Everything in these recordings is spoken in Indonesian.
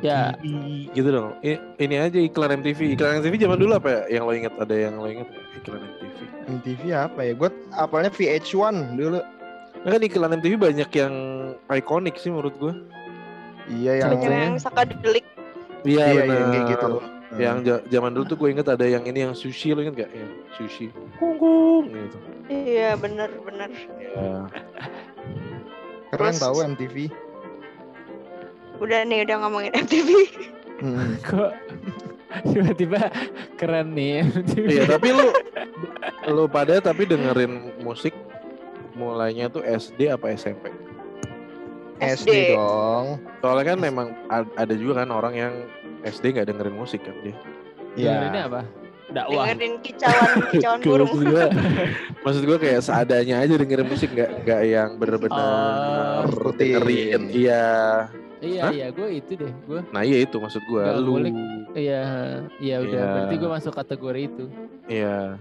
Ya. gitu dong. I- ini aja iklan MTV. Iklan MTV zaman dulu apa ya? Yang lo inget ada yang lo inget nggak? iklan MTV? MTV apa ya? Gue apalnya VH1 dulu. Nah, kan iklan MTV banyak yang ikonik sih menurut gue. Iya yang Banyak yang sakadelik Iya, iya, benar. yang kayak gitu. Yang ja- zaman dulu tuh gue inget ada yang ini yang sushi lo inget gak? Yang sushi. Kungkung gitu. Iya bener bener Iya. Ya. keren terus- tahu MTV. Udah nih udah ngomongin MTV Hmm. Kok tiba-tiba keren nih MTV. Iya, tapi lu lu pada tapi dengerin musik mulainya tuh SD apa SMP? SD dong. Soalnya kan memang ad- ada juga kan orang yang SD nggak dengerin musik kan dia. Dengerinnya Iya. apa? Dakwah. Dengerin kicauan kicauan burung Maksud gue, maksud gue kayak seadanya aja dengerin musik nggak nggak yang Ah, bener-bener Oh, rutin. dengerin. Iya. Iya, Hah? iya, gue itu deh. Gue Nah iya itu maksud gue. Nggak Lu. boleh. iya, iya udah Iya. berarti gue masuk kategori itu. Iya.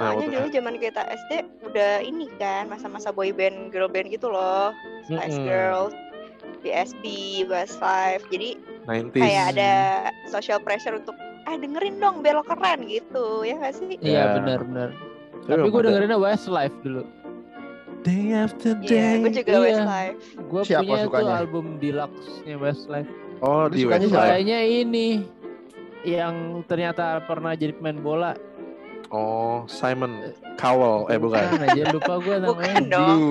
Nah, Soalnya dulu zaman kita SD udah ini kan masa-masa boy band, girl band gitu loh. Spice Mm-mm. Girls, BSB, Westlife. Jadi 90s. kayak ada social pressure untuk ah dengerin dong belok keren gitu ya gak sih? Iya, Ya. benar benar. Tapi gue dengerinnya Westlife dulu. Day after Iya, day. gue juga Iya. Westlife. Gue Siapa punya tuh sukanya? album deluxe-nya Westlife. Oh Lu di sukanya website. siapa? Kayaknya ini yang ternyata pernah jadi pemain bola. Oh Simon Cowell. Eh bukan. Bukan aja lupa gue namanya. Bukan dong. Lu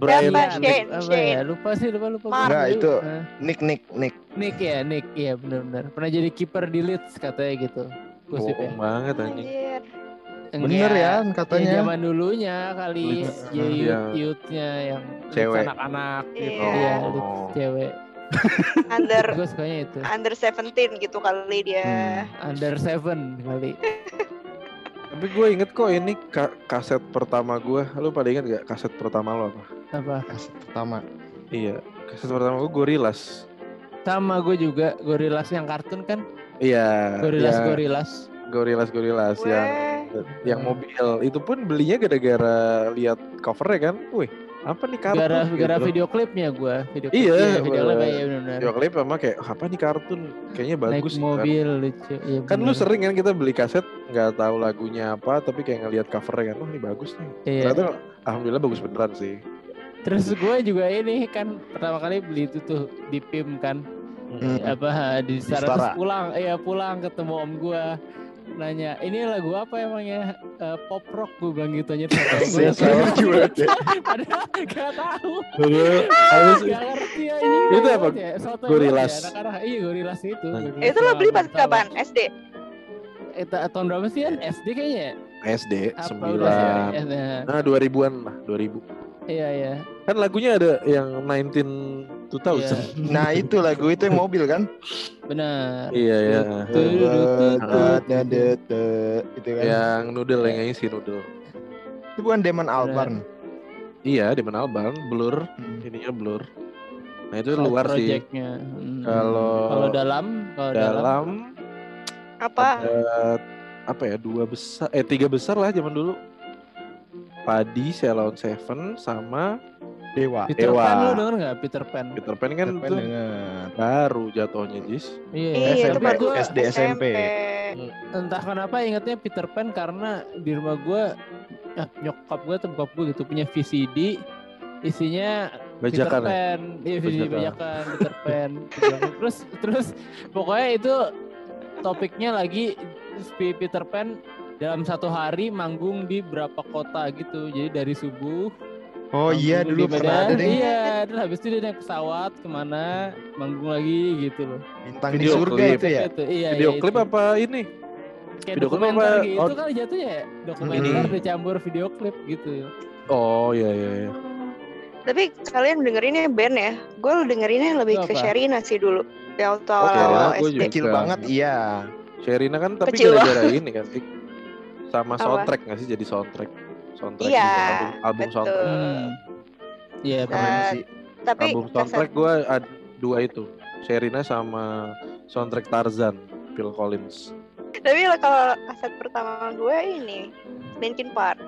Brian. Siapa? Iya, Shane, apa Shane. ya? Lupa sih, lupa lupa. Mark. Enggak, itu. Hah? Nick Nick Nick. Nick ya, Nick ya benar-benar. Pernah jadi kiper di Leeds katanya gitu. Bohong ya. banget anjing. Anjir. Bener ya Katanya katanya. zaman dulunya kali Leeds. ya Iya. youth-youthnya yang Leeds Cewek. anak-anak gitu. Iya. Iya, Leeds Oh. cewek. Under Gue sukanya itu. under 17 gitu kali dia. Under seven kali. Tapi gue inget kok ini ka- kaset pertama gue. Lu pada inget gak kaset pertama lo apa? Apa? Kaset pertama. Iya. Kaset pertama gue Gorillaz. Sama gue juga Gorillas yang kartun kan? Iya. Gorillas yang Gorillas. Gorillaz Gorillaz yang Weh, yang mobil itu pun belinya gara-gara lihat covernya kan. Wih, apa nih kartun? Gara gara gitu. video klipnya gue. Video Iya, klipnya, video klip bener. ya benar-benar. Video klip sama kayak "Wah, apa nih kartun? Kayaknya Naik bagus sih, kan." mobil lucu. Iya, Kan lu bener. sering kan kita beli kaset nggak tahu lagunya apa tapi kayak ngelihat covernya kan, wah ini bagus nih. Iya. Ternyata alhamdulillah bagus beneran sih. Terus gue juga ini kan pertama kali beli itu tuh di PIM kan Hmm. apa di Star Setara. terus pulang iya pulang ketemu om gue nanya ini lagu apa emangnya Eh, pop rock gue bilang gitu aja Saya sama juga. ada gak tahu Iya. Terus habis- gak ngerti ya ini Itu apa? banget ya, soto Gorillas. banget ya, anak-anak. iya gorillas itu Nah. Gorillas Eh, Itu lo yang beli pas Alvin kapan? Salah. SD. Eh, ta- tahun berapa sih kan SD kayaknya ya? SD apa udah sih? sembilan Eh, nah, nah 2000-an lah 2000 iya iya kan lagunya ada yang 19 2000 Nah itu lagu itu yang mobil kan? benar iya iya Itu kan. yang noodle yang nyanyi si noodle Itu bukan Damon Albarn. iya di mana Alban blur Hmm. ininya blur nah itu luar sih projectnya Hmm. Kalau- kalau dalam kalau dalam dalam Apa? ada, apa ya dua besar eh tiga besar lah zaman dulu Padi, Ceylon Seven, sama Dewa. Peter Dewa. Pan lu denger nggak Peter Pan Peter Pan kan Depan itu denger. baru jatuhnya Jis. Iya, itu tapi baru gua- SD, SMP. entah kenapa ingatnya Peter Pan karena di rumah gue nyokap gue atau bokap gue gitu punya VCD isinya Peter Bajakan. ya? Pan, iya VCD Bajakan. bajakan Peter Pan. Bajakan. terus terus pokoknya itu topiknya lagi si Peter Pan dalam satu hari manggung di berapa kota gitu. Jadi dari subuh Oh manggung iya di dulu pernah ada Medan, deh Iya, terus habis itu dia naik pesawat kemana manggung lagi gitu loh. bintang di Video surga klip. itu ya. Gitu, iya, Video iya, itu. klip apa ini? Kayak video klip dokumenter apa- gitu oh. kan jatuhnya ya. Dokumenter Hmm. dicampur video klip gitu. Oh iya iya. iya. Tapi kalian dengerinnya band ya? Gue dengerinnya Lu lebih ke apa? Sherina sih dulu. Ya waktu Oh, Sherina, awal-awal gua SD. juga. Kecil banget iya. Sherina kan tapi Kecil loh. gara-gara ini kan Ik- sama Apa? soundtrack nggak sih jadi soundtrack soundtrack Iya, gitu, album, album betul. soundtrack Hmm. Iya, Keren Eh, sih. Tapi album soundtrack gue ada dua itu Sherina sama soundtrack Tarzan Phil Collins kaset- tapi kalau kaset pertama gue ini Linkin Park.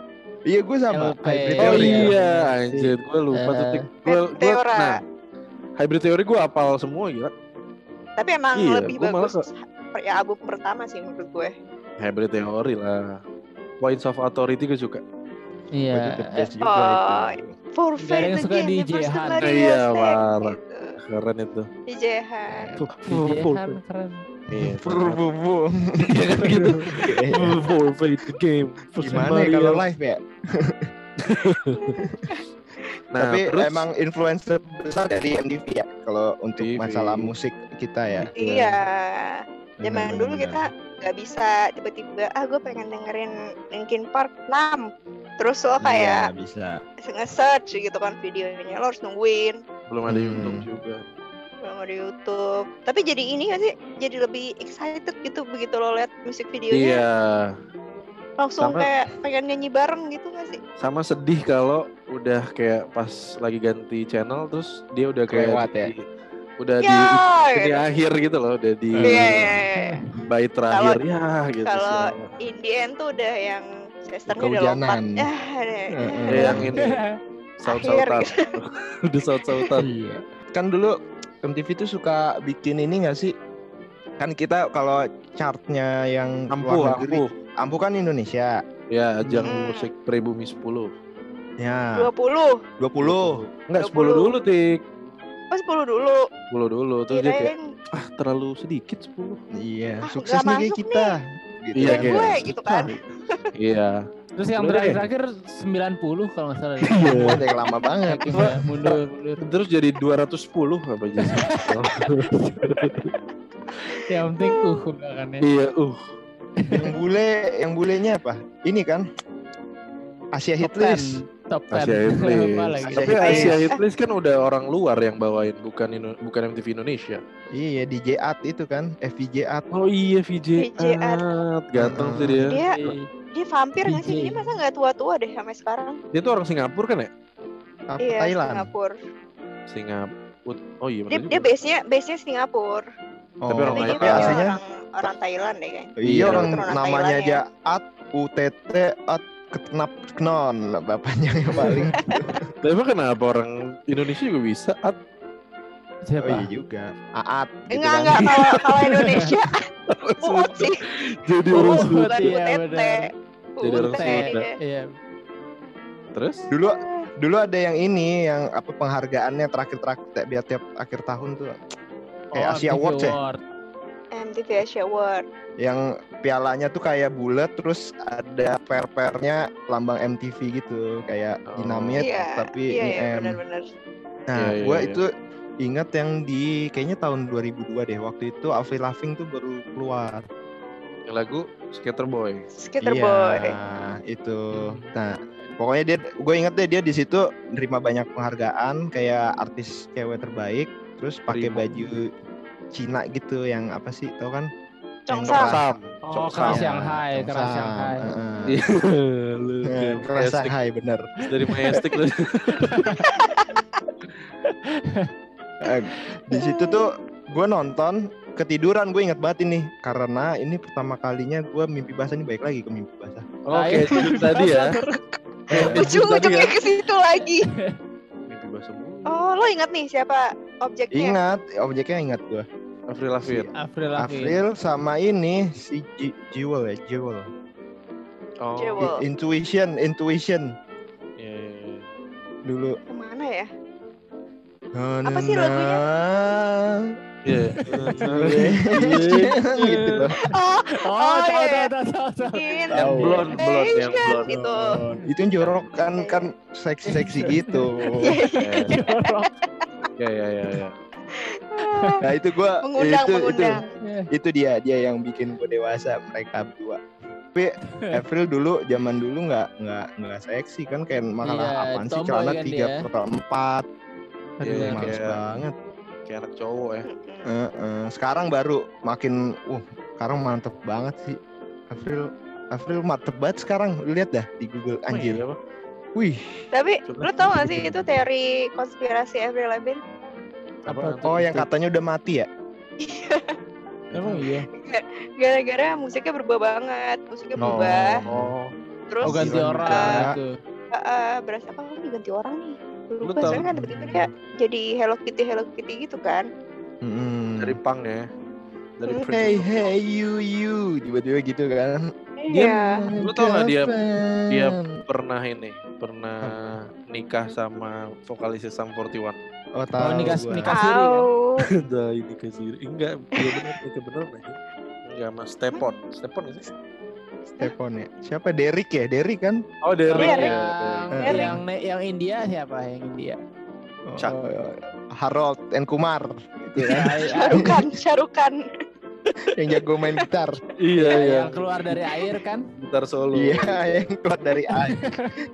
Iya gue sama. LP. Hybrid oh Theory. iya anjir gue lupa Eh. tuh gue gue Meteora. nah Hybrid Theory gue apal semua ya Tapi emang Iya, lebih gua malah bagus per- ya album pertama sih menurut gue. Hybrid Theory lah. Points of Authority gue suka. Baju Iya. kerja eh, juga oh, itu. For Nggak ada fate yang suka again, di you must Jehan. not let Iya, us back, parah. gitu. Keren itu. Di Jehan. Gitu. Jehan keren. Iya. Brr, bu, bu. gitu. Iya. Forfeit the game. Gimana ya kalau live ya? Nah, Tapi terus, emang influencer besar dari MTV ya kalau untuk MTV. masalah musik kita ya. Iya. Benar, Zaman dulu benar. kita nggak bisa tiba-tiba ah gue pengen dengerin Linkin Park 6 terus lo Iya, kayak bisa. nge-search gitu kan videonya lo harus nungguin belum ada Hmm. YouTube juga. belum ada YouTube tapi jadi ini gak sih jadi lebih excited gitu begitu lo liat musik videonya Iya. langsung sama- kayak pengen nyanyi bareng gitu gak sih Sama sedih kalau udah kayak pas lagi ganti channel terus dia udah kayak Kelewat ya? di- udah ya di di gitu. akhir gitu loh, udah di Iya, Iya, iya, iya. bait terakhir ya gitu kalau sih. in the end tuh udah yang sesternya udah Keujanan. lompat ah, ya, Heeh. Ada yang ini saut-sautan. Akhir udah saut-sautan. Iya. Kan dulu MTV tuh suka bikin ini gak sih? Kan kita kalau chartnya yang Ampuh, luar negeri, ampuh. Ampu kan Indonesia. Ya, ajang Hmm. musik pribumi 10. Ya. 20 oh 20. Enggak 10 20. dulu, Tik. 10 Oh, dulu 10 dulu terus dia kayak kirain ah terlalu sedikit 10. Iya, Ah, sukses nggak nih kayak masuk kita. Iya, kan. kayak gue gitu kan iya. Terus yang Lu deh. terakhir-terakhir 90 kalau nggak salah. Wah, kayak lama banget. Saking ya, mundur, mundur. Terus jadi 210 apa aja sih? Yang penting uh belakangnya. iya, uh. yang bule, yang bulenya apa? Ini kan Asia Top 10, Hit List. Top 10. Asia Hit List. Apa lagi? Tapi Asia Hit Asia List. Hit List kan udah orang luar yang bawain, bukan Indo- bukan MTV Indonesia. Iya, DJ Art itu kan, FVJ Art. Oh iya, VJ. VJ Art. Art. Ganteng sih dia. Iya. dia dia vampir nggak sih DJ. dia masa nggak tua-tua deh sampai sekarang Dia tuh orang Singapura kan ya? Apa iya Thailand? Singapura Singapura. Oh iya, dia bener dia juga. base nya base nya Singapura Oh, Tapi orang tapi Iya, dia Thailand. tapi kayaknya aslinya orang, orang Thailand deh kayaknya Iya orang Keturunan namanya Thailand ya. aja At UTT At Ketnap Knon lah bapaknya yang paling. Lah, emang kenapa orang Indonesia juga bisa? Art. oh iya Siapa? juga. Aat. gitu enggak kan. enggak kalau kalau Indonesia Uut Oh, sih Oh, Jadi orang Uut, Sunda. tadi iya, UTT benar. Jadi orang ya. UTT. Sunda. Iya. Terus? Dulu dulu ada yang ini yang apa penghargaannya terakhir-terakhir tiap- biar tiap akhir tahun tuh kayak Oh, Asia MTV Awards ya. Award. MTV Asia Award Yang pialanya tuh kayak bulat terus ada per-pernya lambang MTV gitu kayak Oh. dinamit iya tapi iya, ini iya M. benar-benar Nah, Iya, iya, gua iya. itu ingat yang di kayaknya tahun 2002 deh waktu itu Avril Lavigne tuh baru keluar. Yang lagu Skater Boy. skater boy Iya, itu. Nah, pokoknya dia gue inget deh dia di situ nerima banyak penghargaan kayak artis cewek terbaik, terus pakai Terima. baju Cina gitu yang apa sih, tau kan? Congsam Sam. Oh, Sam. keras Iya. Shanghai, keras Shanghai. Lu kayak Heeh. Eh, Nah, Keras plastik Shanghai bener. dari Majestic Nah, lu. Eh, di situ tuh gue nonton ketiduran gue inget banget ini karena ini pertama kalinya gue mimpi basah ini baik lagi ke mimpi basah. Oke, judul tadi ya. ujung-ujungnya ke situ lagi Mimpi basah mulu. oh lo ingat nih siapa objeknya Ingat, objeknya ingat gue. Avril Lavigne. April Lavigne. April sama ini si Ji- Jewel ya, Jewel. Oh. Jewel. I- Intuition, intuition Iya, iya, iya. dulu. kemana ya Apa sih lagunya? Iya. gitu loh. oh Ah. Oh, Oh, tahu, iya, iya. tahu, tahu, tahu. in Yang Tahu. blonde, blonde, yang Asian, blonde. gitu Itu yang jorok kan kan seksi-seksi gitu. Iya, Iya, iya, iya, iya. Nah, itu gua mengundang itu, mengundang Eh, Itu, itu dia, dia yang bikin gue dewasa mereka berdua. Tapi April dulu zaman dulu nggak nggak nggak seksi kan kayak makalah Iya, apaan sih tomboy celana kan tiga dia. per empat Aduh, Iya, males kayak- banget. Kayak anak cowok ya. Mm-mm. Eh, eh, sekarang baru makin uh sekarang mantep banget sih April April mantep banget sekarang lu lihat dah di Google anjir Wih, apa? wih Tapi Coba. lo tau gak sih itu teori konspirasi Avril Lavigne? Apaan? oh yang katanya udah mati ya Emang iya. Gara-gara musiknya berubah banget, musiknya Oh, berubah. Oh. Terus Oh, ganti Gila, orang enggak. gitu. eh, eh, berasa apa oh, ini ganti orang nih. Lu Berubah tau- soalnya kan tiba-tiba dia jadi Hello Kitty Hello Kitty gitu kan. Mm-mm. dari punk ya dari Prince Hmm. Hey of hey you you tiba-tiba gitu kan. Iya. Lu tau nggak dia- dia pernah ini pernah nikah sama vokalis Sum 41 Oh, tahu. nikah- gua. nikah. kan? Tahu. ada ini ke Ziri enggak dia benar nikah benar enggak mas Stepon Stepon nggak sih Stepon ya. Siapa Derek ya? Derek kan? oh Yang, Derek Derek. ya yang, Derek. yang yang India siapa yang India? Oh, Chuck. Harold and Kumar gitu kan. Syarukan, syarukan. yang jago main gitar. iya iya Yang keluar dari air kan? gitar solo Iya, yang keluar dari air.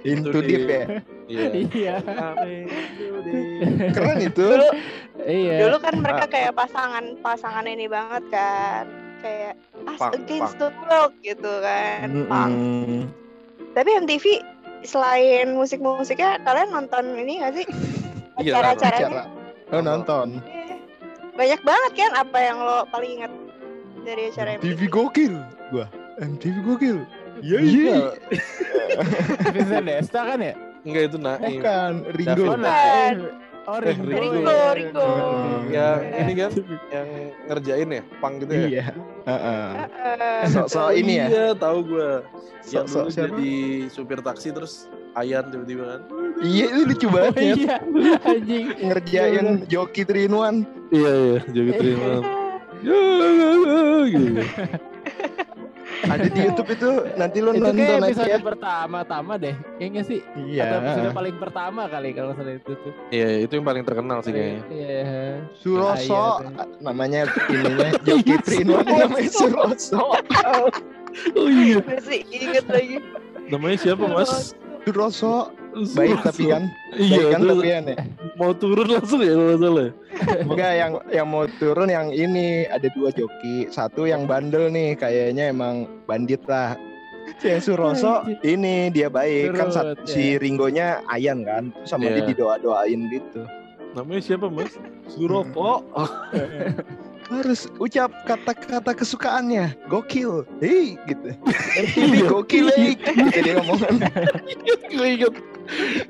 Into Itu deep dia. ya. iya iya. ya. Keren itu. Dulu, Iya. dulu kan mereka kayak pasangan pasangan ini banget kan. Kayak us Punk, against the world gitu kan. Punk. Mm-mm. Tapi MTV selain musik-musiknya kalian nonton ini gak sih? Iya, Acara-acaranya. Acara. Oh, nonton. Iya. Banyak banget kan apa yang lo paling inget dari acara MTV MTV? gokil gua. MTV gokil. Iya, iya. iya Vincent Desta kan ya? enggak itu naif Bukan Oh, Ringo. nah, Bukan. Oh, Ringo. Iya. Ringo, ya. Ringo. yang ini kan yang ngerjain ya punk gitu ya Iya. Heeh. Eh, Heeh, Sok-sok ini ya. iya tahu gue yang Sok-sok dulu siapa? jadi supir taksi terus Ayan tiba-tiba kan Iya, itu lucu Oh banget ya. iya, anjing. Ngerjain joki 3 in 1. iya iya jaga terima Iya, gitu Ada di YouTube itu. Nanti lu itu nonton kayak aja. episode pertama-tama deh. Kayaknya sih. Atau episode Iya. paling pertama kali kalau nggak salah itu tuh. Iya, itu yang paling terkenal sih kayaknya. Iya. Suroso Ah, iya, namanya ininya joki 3 in 1 namanya Suroso. Oh iya, Masih inget lagi. namanya siapa mas? Suroso baik tapi kan Iya, baik kan terus tapi kan ya. mau turun langsung ya kalau nggak salah. ya? Enggak yang yang mau turun yang ini ada dua joki. Satu yang bandel nih kayaknya emang bandit lah. Si Yang Suroso ini dia baik kan sat- Turut, si Ringgonya Ayan kan Terus sama ya. Iya. dia didoa-doain gitu. Namanya siapa mas? Suropo. Oh, Harus ucap kata-kata kesukaannya. Gokil. Hei gitu. Iya. MTV gokil hei. Gitu dia ngomongan. gue inget.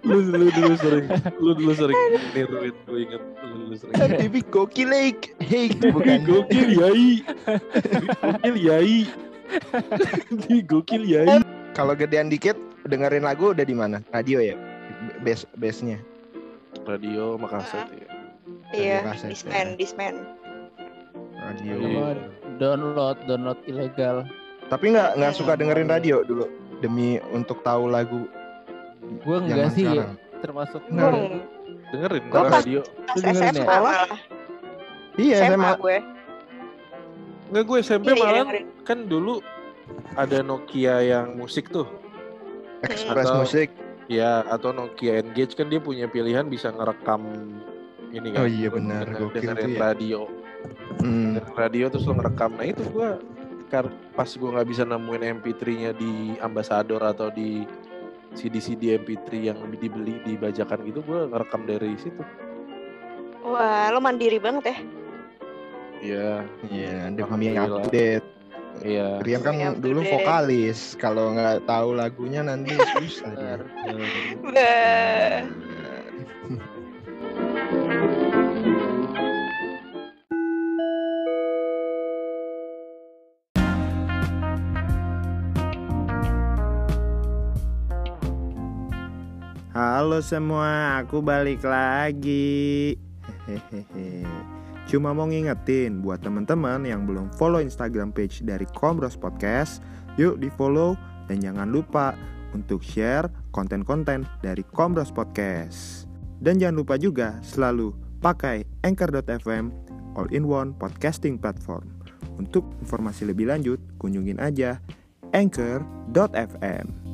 Lu, lu dulu sering, lu dulu sering niruin, gue inget. Lu dulu sering. MTV gokil hei. Hei Di bukan. gokil yai, Di gokil yai, di gokil yai. Kalau gedean dikit dengerin lagu udah di mana? Radio ya. Base base-nya. Radio Makassar. ya. Iya, Terima kasih. Disman, Disman. Radio. Iya. Download, download ilegal. Tapi nggak nggak Hmm. suka dengerin radio dulu demi untuk tahu lagu Gue enggak zaman sih sekarang. termasuk Enggak. Gue Dengerin Gua kalau pas- radio. Hmm. pas Lu dengerin SMA ya? malah. Iya, SMA SMA. gue. Nggak gue SMP Iya, iya, malah dengerin. kan dulu ada Nokia yang musik tuh. Express Atau- musik. Ya, atau Nokia Engage kan dia punya pilihan bisa ngerekam ini kan. Oh iya, benar. Denger- Gokil Dengerin tuh ya. radio. Hmm. Dengerin radio terus lo ngerekam. Nah itu gua kar- pas gua nggak bisa nemuin MP3-nya di Ambassador atau di CD-CD MP3 yang dibeli dibajakan gitu gua ngerekam dari situ. Wah, lo mandiri banget ya. Iya, Iya, demi Alhamdulillah. update. iya. Rian kan Demi dulu update. vokalis. Kalau nggak tahu lagunya nanti susah dia. Bener. Wah. Halo semua, aku balik lagi. Hehehe. Cuma mau ngingetin buat teman-teman yang belum follow Instagram page dari Komros Podcast, yuk di follow dan jangan lupa untuk share konten-konten dari Komros Podcast. Dan jangan lupa juga selalu pakai Anchor.fm all-in-one podcasting platform. Untuk informasi lebih lanjut, kunjungin aja anchor.fm.